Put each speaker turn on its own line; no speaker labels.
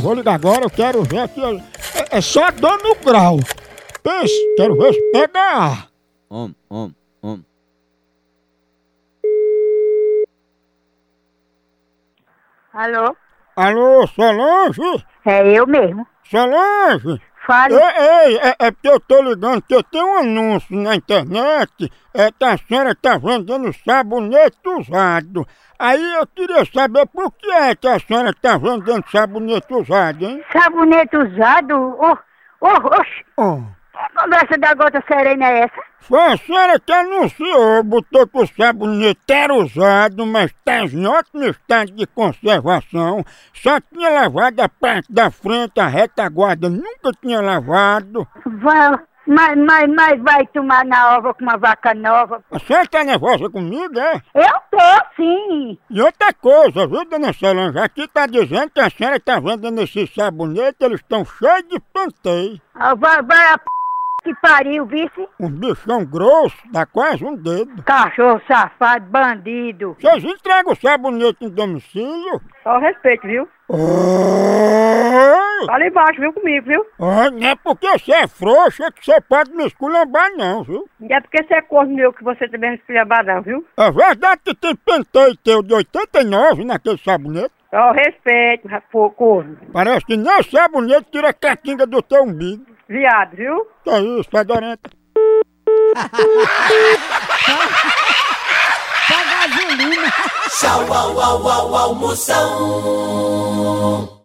vou ligar agora, eu quero ver aqui. É, é só dando grau. Pense, quero ver se pega ar.
Homem, homem, homem.
Alô?
Alô, Solange?
É eu mesmo.
Solange?
Fale.
Ei, ei, é, é porque eu tô ligando, porque tem um anúncio na internet, é que a senhora tá vendendo sabonete usado. Aí eu queria saber por que é que a senhora tá vendendo sabonete usado, hein?
Sabonete usado? Oh, oh, oxe.
Oh.
Que conversa da gota serena é essa?
Foi a senhora que anunciou, tá botou que o sabonete era usado, mas está em ótimo estado de conservação. Só tinha lavado a parte da frente, a retaguarda nunca tinha lavado.
Vai, mas, mas, mas vai tomar na ova com uma vaca nova.
A senhora está nervosa comigo, é?
Eu tô, sim.
E outra coisa, viu, dona Solange? Aqui tá dizendo que a senhora tá vendendo esses sabonetes, eles estão cheios de penteio.
Ah, Vai, vai a p... que pariu, vice.
Um bichão grosso, dá quase um dedo.
Cachorro safado, bandido.
Vocês entregam o sabonete em domicílio?
Só o respeito, viu?
Oi!
Fala embaixo, viu, comigo, viu?
Oi, não é porque você é frouxa que você pode me esculhambar não, viu?
E é porque você é corno meu que você também não se lembra, não, viu?
É verdade que tem penteio teu de 89 naquele sabonete?
Só o respeito, ra- pô, corno.
Parece que nem o sabonete tira a catinga do teu umbigo.
Viado, viu?
Que é isso, fedorenta.
Tchau, au, au, au, almoção.